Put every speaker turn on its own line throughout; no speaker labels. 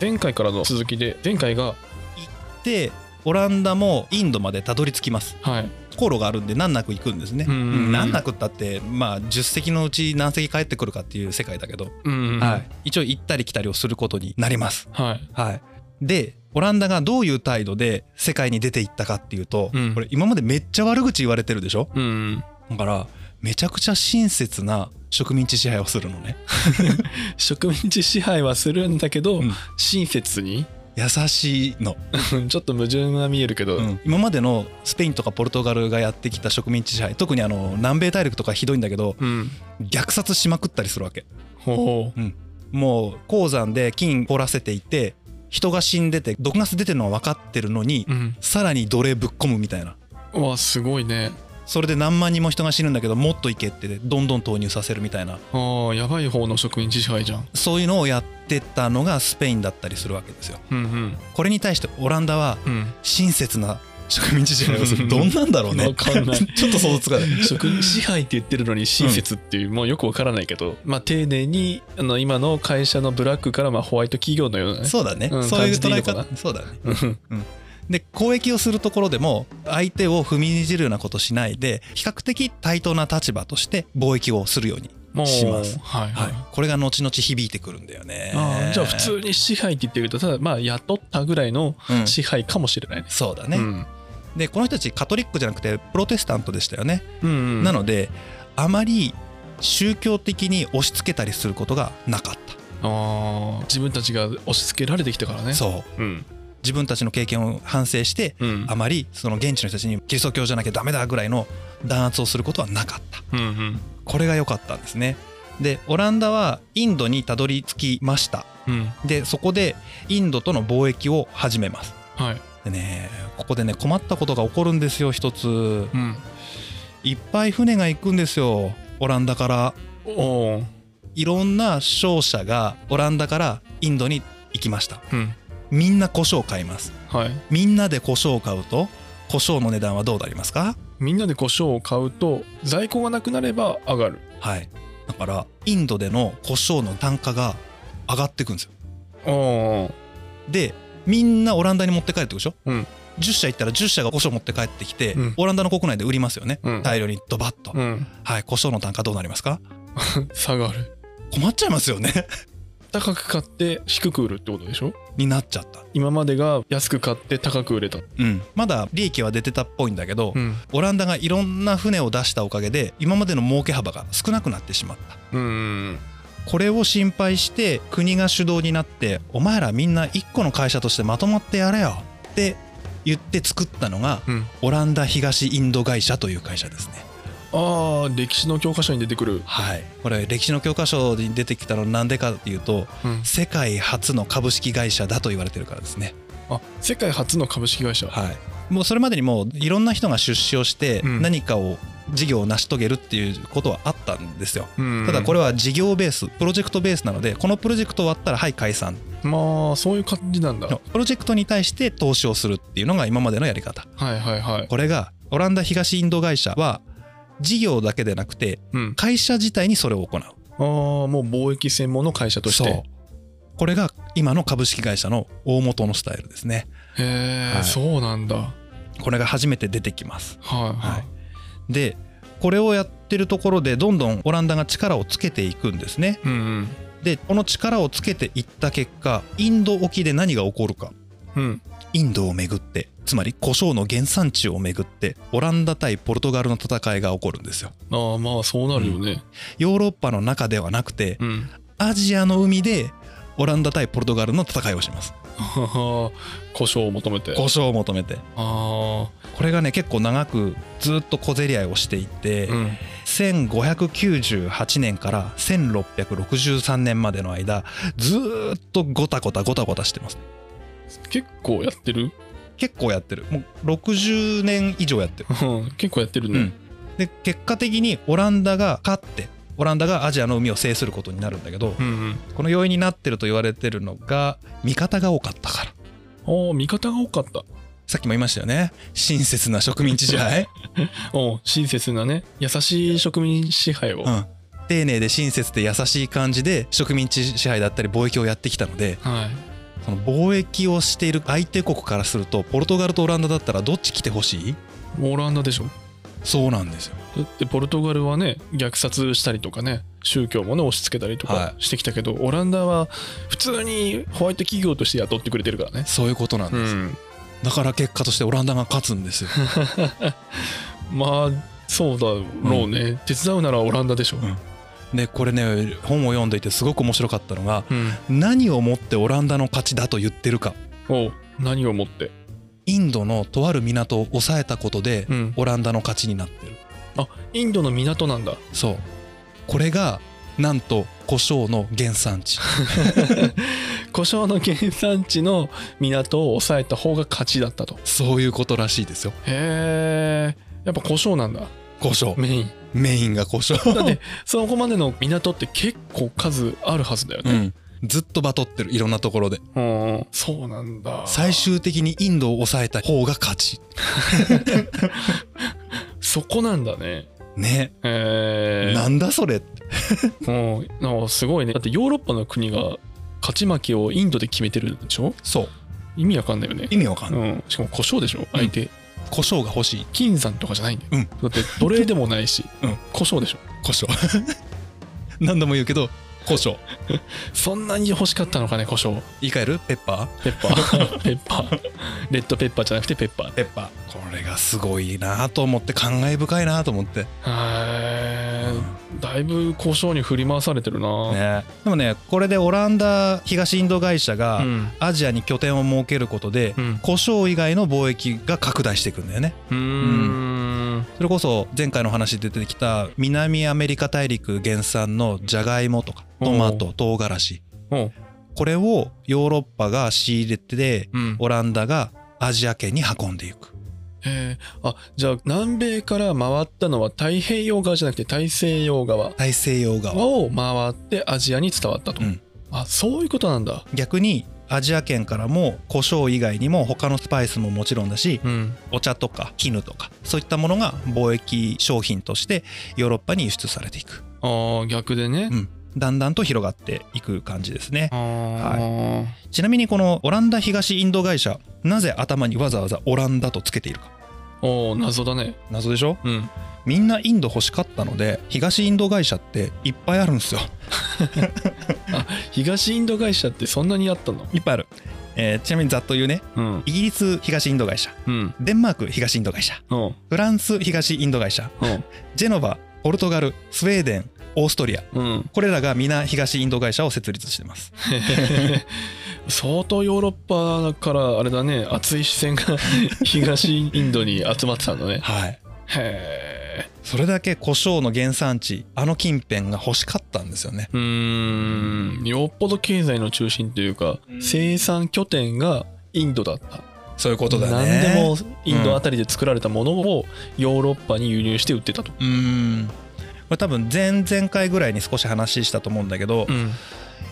前回からの続きで前回が
でオランダもインドまでたどり着きます
はい
航路があるんで難なく行くんですね、
うんうんうん
難なくったってまあ10隻のうち何隻帰ってくるかっていう世界だけど、
うん
はい、一応行ったり来たりをすることになります、
はい
はい、でオランダがどういう態度で世界に出ていったかっていうと、
うん
これ今までめっちゃ悪口言われてるでしょ
うん
だからめちゃくちゃ親切な植民地支配をするのね
植民地支配はするんだけど、
うん
親切に
優しいの、
ちょっと矛盾が見えるけど、
今までのスペインとかポルトガルがやってきた植民地支配特にあの南米大陸とかひどいんだけど
うん
虐殺しまくったりするわけ
ほう
もう鉱山で金掘らせていて人が死んでて毒ガス出てるのは分かってるのに、
うん
さらに奴隷ぶっ込むみたいな
うわすごいね
それで何万人も人が死ぬんだけどもっといけってどんどん投入させるみたいな
あーやばい方の植民地支配じゃん
そういうのをやってたのがスペインだったりするわけですよ
うんうん
これに対してオランダは
うん
親切な植民地支配をするどんなんだろうね
わかんない
ちょっと想像つか ない
植民地支配って言ってるのに親切っていう、もうよくわからないけど、まあ、丁寧にあの今の会社のブラックからまあホワイト企業のようなね
そうだね、
うん
そういう
感じでいい
捉
のか
え
な
方そうだね
うん
で交易をするところでも相手を踏みにじるようなことしないで比較的対等な立場として貿易をするように、
もう
します
はい、は
はいい、これが後々響いてくるんだよね
あーじゃあ普通に支配って言ってるとただまあ雇ったぐらいの
うん
支配かもしれないです
そうだね、
うん
でこの人たちカトリックじゃなくてプロテスタントでしたよね、
うんうん、
なのであまり宗教的に押し付けたりすることがなかっ
あー自分たちが押し付けられてきたから
た、
ね
そう
う、ん
自分たちの経験を反省して
うん、
あまりその現地の人たちにキリスト教じゃなきゃダメだぐらいの弾圧をすることはなかった
うんうん
これが良かったんですねでオランダはインドにたどり着きました
うん
でそこでインドとの貿易を始めます
はい
でねここでね困ったことが起こるんですよ一つ
うん
いっぱい船が行くんですよオランダから
おおー
いろんな商社がオランダからインドに行きました
うん
みんな胡椒を買います
はい
みんなで胡椒を買うと胡椒の値段はどうなりますか
みんなで胡椒を買うと在庫がなくなれば上がる
はいだからインドでの胡椒の単価が上がっていくんですよ
おお
でみんなオランダに持って帰るってことでしょ、
うん
10社行ったら10社が胡椒持って帰ってきて、
うん
オランダの国内で売りますよね、
うん
大量にドバッと、
うん
はい胡椒の単価どうなりますか
下がる
困っちゃいますよね
高く買って低く売るってことでしょ
になっちゃった
今までが安く買って高く売れた
うんまだ利益は出てたっぽいんだけど、
ん
オランダがいろんな船を出したおかげで今までの儲け幅が少なくなってしまった
うん
これを心配して国が主導になってお前らみんな一個の会社としてまとまってやれよって言って作ったのが
うん
オランダ東インド会社という会社ですね
ああ歴史の教科書に出てくる
はいこれ歴史の教科書に出てきたのなんでかっていうと
うん
世界初の株式会社だと言われてるからですね
あ世界初の株式会社
はいもうそれまでにもういろんな人が出資をして
うん
何かを事業を成し遂げるっていうことはあったんですよ
うん
ただこれは事業ベースプロジェクトベースなのでこのプロジェクト終わったらはい解散
まあそういう感じなんだ
のプロジェクトに対して投資をするっていうのが今までのやり方
はいはいはい
これがオランダ東インド会社は事業だけでなくて
うん
会社自体にそれを行う
ああもう貿易専門の会社として
そうこれが今の株式会社の大元のスタイルですね
へえ、
はい
そうなんだはい
これが初めて出てきます
は
はいいでこれをやってるところでどんどんオランダが力をつけていくんですね
うんうん
でこの力をつけていった結果インド沖で何が起こるか
うん
インドをめぐってつまり胡椒の原産地をめぐってオランダ対ポルトガルの戦いが起こるんですよ
ああまあそうなるよね
ヨーロッパの中ではなくて
うん
アジアの海でオランダ対ポルトガルの戦いをします
はは故障を求めて
胡椒を求めて
あ
これがね結構長くずっと小競り合いをしていて、
あうん
1598年から1663年までの間ずーっとゴタゴタゴタゴタしてます
結構やってる
結構やってるもう60年以上やってる
うん結構やってる
うん
ね、
で結果的にオランダが勝ってオランダがアジアの海を制することになるんだけど、
うん、うん
この要因になってると言われてるのが味方が多かったから
おお味方が多かった
さっきも言いましたよね親切な植民地支配、
おう親切なね優しい植民支配を、
う
はい
ん、丁寧で親切で優しい感じで植民地支配だったり貿易をやってきたのでその貿易をしている相手国からするとポルトガルとオランダだったらどっち来てほしい
オランダでしょ
そうなんですよ
だってポルトガルはね虐殺したりとかね宗教もね押し付けたりと
は
かしてきたけど、オランダは普通にホワイト企業として雇ってくれてるからね
そういうことなん
う
です、
ん
だから結果としてオランダが勝つん ですよ
まあそうだろうね、手伝うならオランダでしょ
んでこれね本を読んでいてすごく面白かったのが
うん、
何をもってオランダの勝ちだと言ってるか
おう何をもって
インドのとある港を抑えたことで
うん
オランダの勝ちになってる
あインドの港なんだ
そうこれがなんと胡椒の原 産地
胡椒の原産地の港を抑えた方が勝ちだったと
そういうことらしいですよ
へえやっぱ胡椒なんだ
胡椒
メイン
メインが胡椒
だってそこまでの港って結構数あるはずだよ
う
ね、
んずっとバトってるいろんなところで
うんうんそうなんだ
最終的にインドを抑えた方が勝ち
そこなんだね
ね、
えー、
なんだそれって
もうなんかすごいねだってヨーロッパの国が勝ち負けをインドで決めてるでしょ
そう
意味わかんないよね
意味わかん
う
ない、
ん、しかも胡椒でしょ相手、
胡椒が欲しい
金山とかじゃないんだよ、
うん
だって奴隷でもないし、
うん
胡椒でしょ
胡椒 何度も言うけど胡椒
そんなに欲しかったのかね胡椒
言い換えるペッパー
ペッパ ーペッパーレッドペッパーじゃなくてペッパー
ペッパーこれがすごいなと思って感慨深いなと思って
へーだいぶ胡椒に振り回されてるな、
ね、でもねこれでオランダ東インド会社
う
が
ん
アジアに拠点を設けることで、
うん
胡椒以外の貿易が拡大していくんだよね
うーん
それこそ前回の話で出てきた南アメリカ大陸原産のジャガイモとかトマト唐辛子
おう
これをヨーロッパが仕入れて
うん
オランダがアジア圏に運んでいく
えーあじゃあ南米から回ったのは太平洋側じゃなくて大西洋側
大西洋側
を回ってアジアに伝わったと、
うん
あそういうことなんだ
逆にアジア圏からも胡椒以外にも他のスパイスももちろんだし
うん
お茶とか絹とかそういったものが貿易商品としてヨーロッパに輸出されていく、
あー逆でね、
うん、だんだんと広がっていく感じですね
あー
ちなみにこのオランダ東インド会社なぜ頭にわざわざオランダとつけているか
おー謎だね
謎でしょ
うん
みんなインド欲しかったので東インド会社っていっぱいあるんですよ
東インド会社ってそんなにあったの
いっぱいある、えーちなみにざっと言うね
うん
イギリス東インド会社
うん
デンマーク東インド会社
おう
フランス東インド会社ジェノバポルトガルスウェーデンオーストリア
おううん
これらが皆東インド会社を設立してます
相当ヨーロッパからあれだね熱い視線が 東インドに集まってたんだね
はい。
へえ
それだけ胡椒の原産地、あの近辺が欲しかったんですよね。
うーんよっぽど経済の中心というか生産拠点がインドだった
そういうこ
何でもインドあたりで作られたものをヨーロッパに輸入して売ってたと、
うーん。これ多分前々回ぐらいに少し話したと思うんだけど、
ん、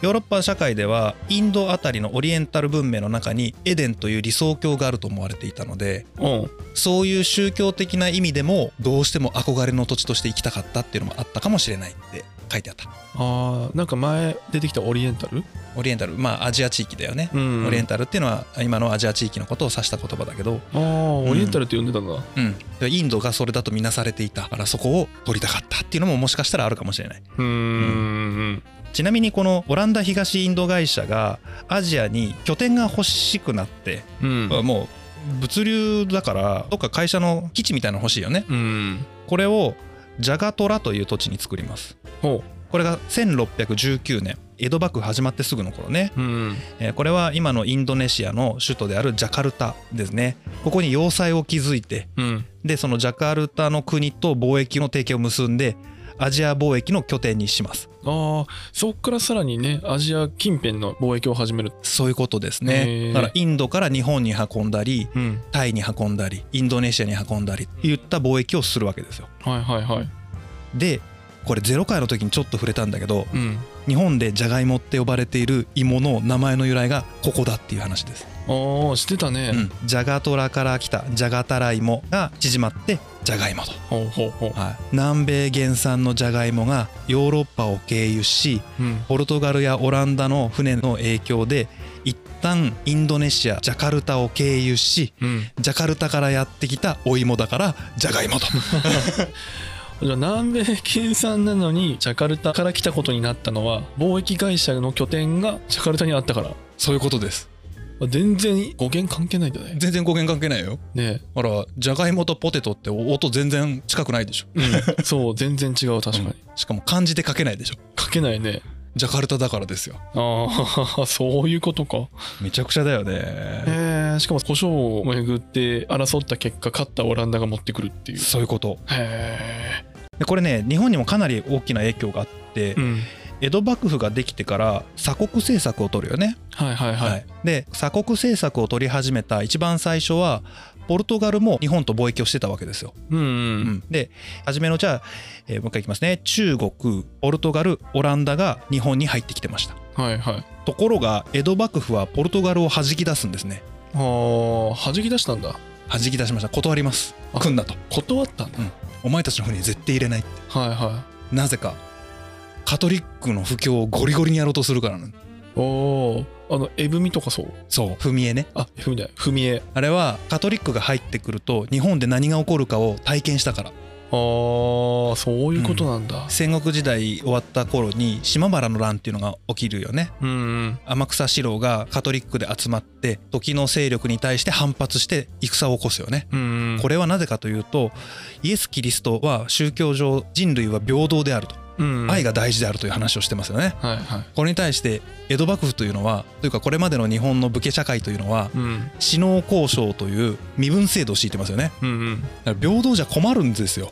ヨーロッパ社会ではインドあたりのオリエンタル文明の中にエデンという理想郷があると思われていたので
おう
そういう宗教的な意味でもどうしても憧れの土地として行きたかったっていうのもあったかもしれないって書いてあった
あーなんか前出てきたオリエンタル、
オリエンタルまあアジア地域だよね、
ん
オリエンタルっていうのは今のアジア地域のことを指した言葉だけど
あーオリエンタルって呼んでたんだ、
うん、インドがそれだとみなされていたからそこを取りたかったっていうのももしかしたらあるかもしれないう
ーん
ちなみにこのオランダ東インド会社がアジアに拠点が欲しくなって、
うん
もう物流だからどっか会社の基地みたいなの欲しいよね
うん
これをジャガトラという土地に作ります
ほ
これが1619年江戸幕府始まってすぐの頃ね、
ううん
えーこれは今のインドネシアの首都であるジャカルタですねここに要塞を築いて
うん
でそのジャカルタの国と貿易の提携を結んでアジア貿易の拠点にします
ああそっからさらにねアジア近辺の貿易を始める
そういうことです
へ
ね
ー
だからインドから日本に運んだり
うん
タイに運んだりインドネシアに運んだりといった貿易をするわけですよ
はいはいはい
でこれゼロ回の時にちょっと触れたんだけど
うん
日本でジャガイモって呼ばれている芋の名前の由来がここだっていう話です、
ああしてたね、
うん、ジャガトラから来たジャガタライモが縮まってジャガイモと
ほうほうほう
はい、南米原産のジャガイモがヨーロッパを経由し
うん
ポルトガルやオランダの船の影響で一旦インドネシアジャカルタを経由し
うん、
ジャカルタからやってきたお芋だからジャガイモと
じゃあ南米県産なのにジャカルタから来たことになったのは貿易会社の拠点がジャカルタにあったから
そういうことです
あ全然語源関係ないんだね
全然語源関係ないよ
ね
ほらジャガイモとポテトって音全然近くないでしょ
え、 うん、そう全然違う確かに、
うんしかも漢字で書けないでしょ
書けないね
ジャカルタだからですよ
ああ そういうことか
めちゃくちゃだよね
へえしかも胡椒をめぐって争った結果勝ったオランダが持ってくるっていう
そういうこと
へ
でこれね日本にもかなり大きな影響があって、
えうん
江戸幕府ができてから鎖国政策を取るよね、
はいはいはい、
はいで鎖国政策を取り始めた一番最初はポルトガルも日本と貿易をしてたわけですよ、
うんう
うんんで初めのじゃあ、えーもう一回いきますね中国ポルトガルオランダが日本に入ってきてました
はいはい
ところが江戸幕府はポルトガルを弾き出すんですね
あー弾き出したんだ
弾き出しました断ります
あ
来んなと
断ったんだ、
うんお前たちの船に絶対入れない
はいは
なぜかカトリックの布教をゴリゴリにやろうとするからなの
いおおあのえぶみとかそう
そう踏み絵ね
あえぶみじゃない踏み絵
あれはカトリックが入ってくると日本で何が起こるかを体験したから
あーそういうことなんだ
戦国時代終わった頃に島原の乱っていうのが起きるよね
うんうん
天草四郎がカトリックで集まって時の勢力に対して反発して戦を起こすよね
うんうん
これはなぜかというとイエス・キリストは宗教上人類は平等であると
うんうん
愛が大事であるという話をしてますよね
はいはい
これに対して江戸幕府というのはというかこれまでの日本の武家社会というのは
うん
死能交渉という身分制度を敷いてますよね
うんうん
だから平等じゃ困るんですよ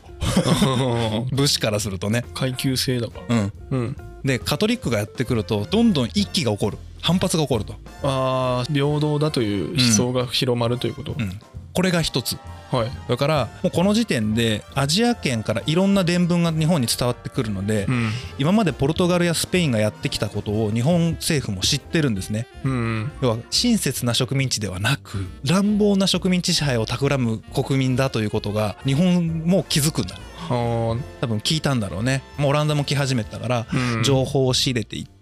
武士からするとね
階級制だから
うん
うん
でカトリックがやってくるとどんどん一揆が起こる反発が起こると、
あー平等だという思想が広まるということ、
うん、これが一つ
はい
だからもうこの時点でアジア圏からいろんな伝聞が日本に伝わってくるので、
うん
今までポルトガルやスペインがやってきたことを日本政府も知ってるんですね
うん
要は親切な植民地ではなく乱暴な植民地支配を企む国民だということが日本も気づくんだ
あー
多分聞いたんだろうねもうオランダも来始めたから
うん
情報を仕入れていって、
うん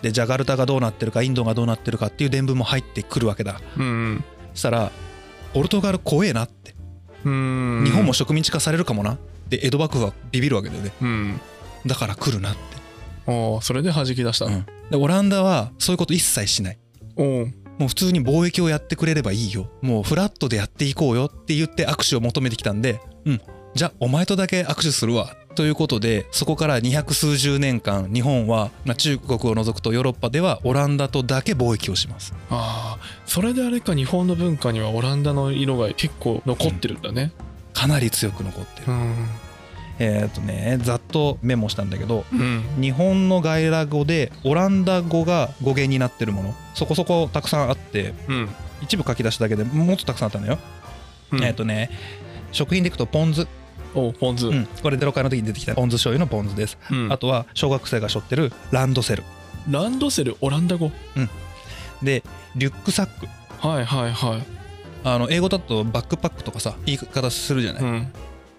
でジャガルタがどうなってるかインドがどうなってるかっていう伝聞も入ってくるわけだ
うん
そしたらポルトガル怖えなって
うん
日本も植民地化されるかもなで江戸幕府はビビるわけだよね
うん
だから来るなって、
ああそれで弾き出した、
うんでオランダはそういうこと一切しない
おう
もう普通に貿易をやってくれればいいよもうフラットでやっていこうよって言って握手を求めてきたんでうんじゃあお前とだけ握手するわということでそこから二百数十年間日本は、まあ、中国を除くとヨーロッパではオランダとだけ貿易をします
ああそれであれか日本の文化にはオランダの色が結構残ってるんだね
かなり強く残って
う
る
ん
えーっとねざっとメモしたんだけど
うん
日本の外来語でオランダ語が語源になってるものそこそこたくさんあって
うん
一部書き出しただけでもっとたくさんあったんだよ、
うん
えーっとね食品でいくとポン酢
おうポン酢、
うん、これゼロ回の時に出てきたポン酢醤油のポン酢です、
うん
あとは小学生が背負ってるランドセル
ランドセルオランダ語
でリュックサック
はいはいはい
あの英語だとバックパックとかさ言い方するじゃない、
うん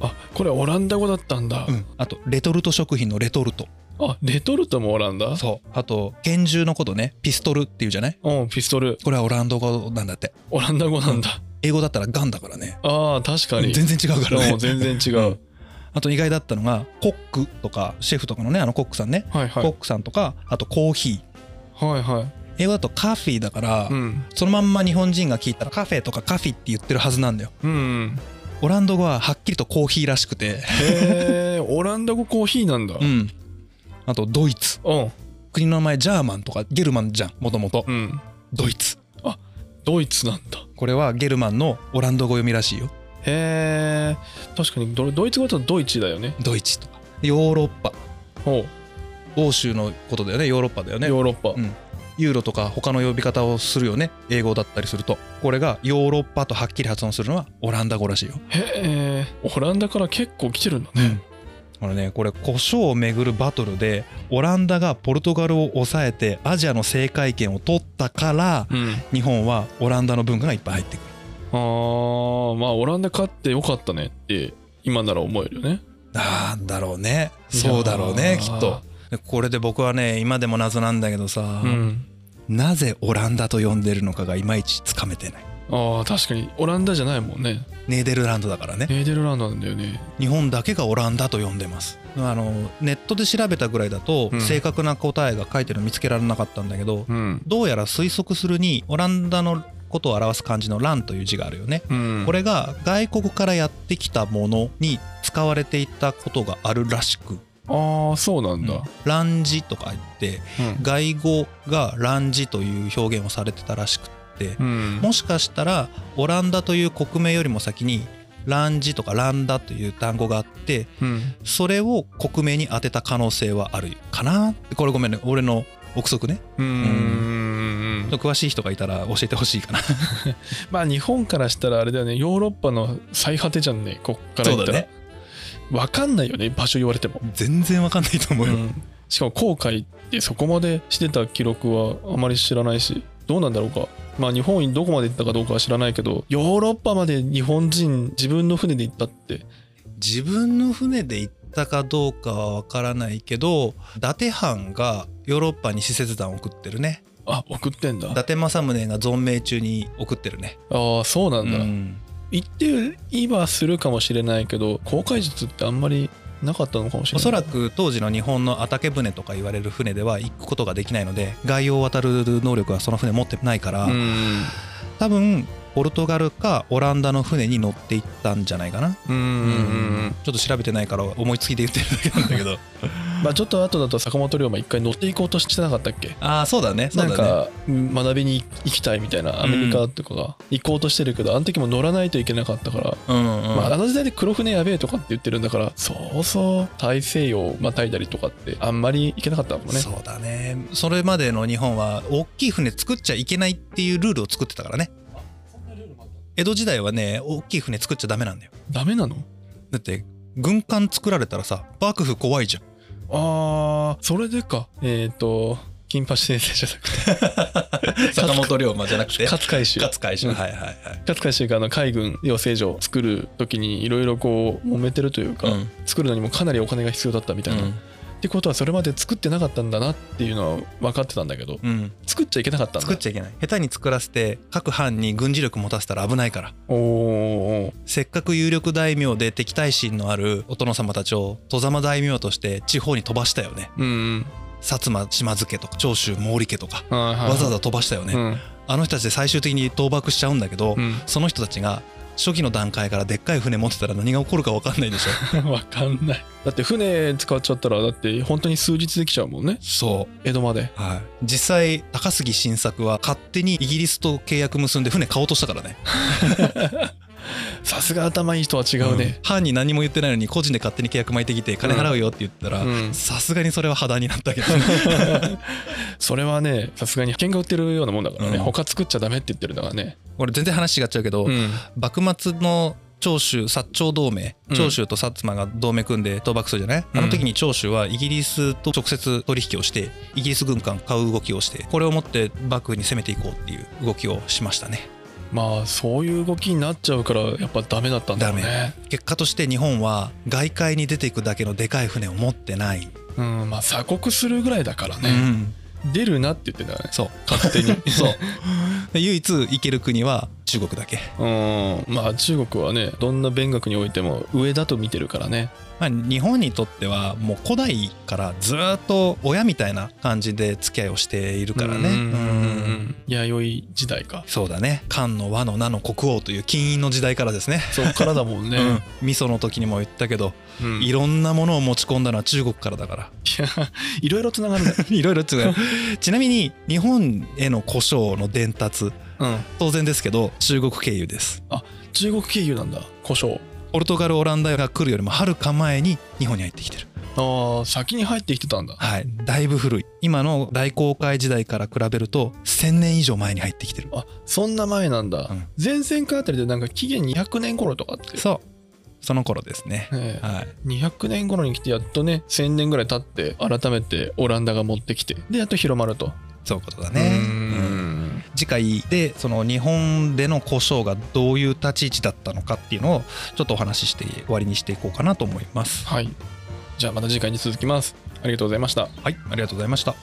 あこれオランダ語だったんだ、
うんあとレトルト食品のレトルト
あレトルトもオランダ
そうあと拳銃のことねピストルっていうじゃない
うんピストル
これはオランダ語なんだって
オランダ語なんだ、
英語だったらガンだからね
ああ確かに
全然違うから
うん
ね
全然違う、
ん あと意外だったのがコックとかシェフとかのねあのコックさんね、
はいはい
コックさんとかあとコーヒ
はいはい
ー英語だとカフィーだから、
うん
そのまんま日本人が聞いたらカフェとかカフィって言ってるはずなんだよ
うん
オランダ語ははっきりとコーヒーらしく
へ
て、
えオランダ語コーヒーなんだ
ん、あとドイツ
うん
国の名前ジャーマンとかゲルマンじゃんもともと
うん
ドイツ
ドイツなんだ
これはゲルマンのオランダ語読みらしいよ
へえ確かにドドイツ語だとドイツだよね
ドイツとかヨーロッパ
おう
欧州のことだよねヨーロッパだよね
ヨーロッパ、
うんユーロとか他の呼び方をするよね英語だったりするとこれがヨーロッパとはっきり発音するのはオランダ語らしいよ、
へえオランダから結構来てるんだ
うん、これねこれ胡椒をめぐるバトルでオランダがポルトガルを抑えてアジアの制海権を取ったから
うん
日本はオランダの文化がいっぱい入ってくる
あーまあオランダ勝ってよかったねって今なら思えるよね
なんだろうねそうだろうね
いや
き
ー
っとでこれで僕はね今でも謎なんだけどさ、
うん
なぜオランダと呼んでるのかがいまいちつかめてない
ああ確かにオランダじゃないもんね
ネーデルランドだからね
ネーデルランドなんだよね
日本だけがオランダと呼んでますあのネットで調べたぐらいだと、
うん
正確な答えが書いてるの見つけられなかったんだけど、
うん
どうやら推測するにオランダのことを表す漢字の「ラン」という字があるよね、
うん
これが外国からやってきたものに使われていたことがあるらしく
ああそうなんだ、
「ランジ」とか言って
うん
外語が「ランジ」という表現をされてたらしくって
うん
もしかしたらオランダという国名よりも先に「ランジ」とか「ランダ」という単語があって
うん
それを国名に当てた可能性はあるかなこれごめんね俺の憶測ね
うんうん
ちょっと詳しい人がいたら教えてほしいかな
まあ日本からしたらあれだよねヨーロッパの最果てじゃんねこっから言ったら、わかんないよね場所言われても、
全然わかんないと思うよ、
うんしかも航海ってそこまでしてた記録はあまり知らないしどうなんだろうかまあ日本にどこまで行ったかどうかは知らないけどヨーロッパまで日本人自分の船で行ったって
自分の船で行ったかどうかはわからないけど伊達藩がヨーロッパに使節団を送ってるね
あ送ってんだ
伊達政宗が存命中に送ってるね
ああそうなんだ、
うん
行って今するかもしれないけど航海術ってあんまりなかったのかもしれな
お
い
そらく当時の日本のataque船とか言われる船では行くことができないので外洋を渡る能力はその船持ってないから、
うん
多分ポルトガルかオランダの船に乗っていったんじゃないかな、
うんうんうん
ちょっと調べてないから思いつきで言ってるだけなんだけど
まあちょっと後だと坂本龍馬一回乗っていこうとしてなかったっけ
ああそうだねそう
な
だ
ん
ね
かうん学びに行きたいみたいなアメリカとかが行こうとしてるけどあの時も乗らないといけなかったから
うんうん
まああの時代で黒船やべえとかって言ってるんだからそうそう大西洋をまたいだりとかってあんまり行けなかったもんね
そうだねそれまでの日本は大きい船作っちゃいけないっていうルールを作ってたからね江戸時代はね大きい船作っちゃダメなんだよ
ダメなの
だって軍艦作られたらさ幕府怖いじゃん
あーそれでかえっ、と金八先生じゃなくて
坂本龍馬じゃなくて
勝海舟
勝海舟
うん
はいはいはい
勝海舟があの海軍養成所を作る時にいろいろこう揉めてるというか、
うん
作るのにもかなりお金が必要だったみたいな、ってことはそれまで作ってなかったんだなっていうのは分かってたんだけど
うんうん
作っちゃいけなかったんだ
作っちゃいけない下手に作らせて各藩に軍事力持たせたら危ないから
おーおー
せっかく有力大名で敵対心のあるお殿様たちを外様大名として地方に飛ばしたよね
うんうん
薩摩島津家とか長州毛利家とか
わ
わざわざ飛ばしたよね、
うん
あの人たちで最終的に倒幕しちゃうんだけど、
うん
その人たちが初期の段階からでっかい船持ってたら何が起こるか分かんないでしょ
分かん ないだって船使っちゃったらだって本当に数日できちゃうもんね
そ
江戸まで
う、はい、実際高杉晋作は勝手にイギリスと契約結んで船買おうとしたからね
さすが頭いい人は違うね、
ん藩に何も言ってないのに個人で勝手に契約巻いてきて金払うよって言ったら
うん
さすがにそれは破談になったけど
それはねさすがに喧嘩売ってるようなもんだからね、
うん
他作っちゃダメって言ってるんだからね
俺全然話違っちゃうけど、
ん
幕末の長州薩長同盟
うん
長州と薩摩が同盟組んで倒幕するじゃない、
うん
あの時に長州はイギリスと直接取引をしてイギリス軍艦買う動きをしてこれをもって幕府に攻めていこうっていう動きをしましたね
まあそういう動きになっちゃうからやっぱダメだったんだろうね
結果として日本は外海に出ていくだけのでかい船を持ってない、
うんまあ鎖国するぐらいだから
う
ね、
ん、
出るなって言ってたよね
そう
勝手に
そうで唯一行ける国は中国だけ
うんまあ中国はねどんな勉学においても上だと見てるからね
まあ、日本にとってはもう古代からずっと親みたいな感じで付き合いをしているからね。
うん
うん
弥生時代か
そうだね漢の和の名の国王という金印の時代からですね。
そっからだもんね、
うん、味噌の時にも言ったけど、
うん
い
い
ろんなものを持ち込んだのは中国からだから
やいろいろつながるんだ、
いろいろ違うちなみに日本への胡椒の伝達
うん、
当然ですけど中国経由です
中国経由なんだ胡椒
ポルトガルオランダが来るよりもはるか前に日本に入ってきてる
ああ先に入ってきてたんだ
はい、だいぶ古い今の大航海時代から比べると1,000年以上前に入ってきてる
あそんな前なんだ、
うん
前々回あたりでなんか紀元200年頃とかって
そうその頃ですね、
ねえ
はい、
200年頃に来てやっとね1000年ぐらい経って改めてオランダが持ってきてでやっと広まると
そういうことだ
う
ねうん
ん
次回でその日本での胡椒がどういう立ち位置だったのかっていうのをちょっとお話しして終わりにしていこうかなと思います
はいじゃあまた次回に続きますありがとうございました
はいありがとうございました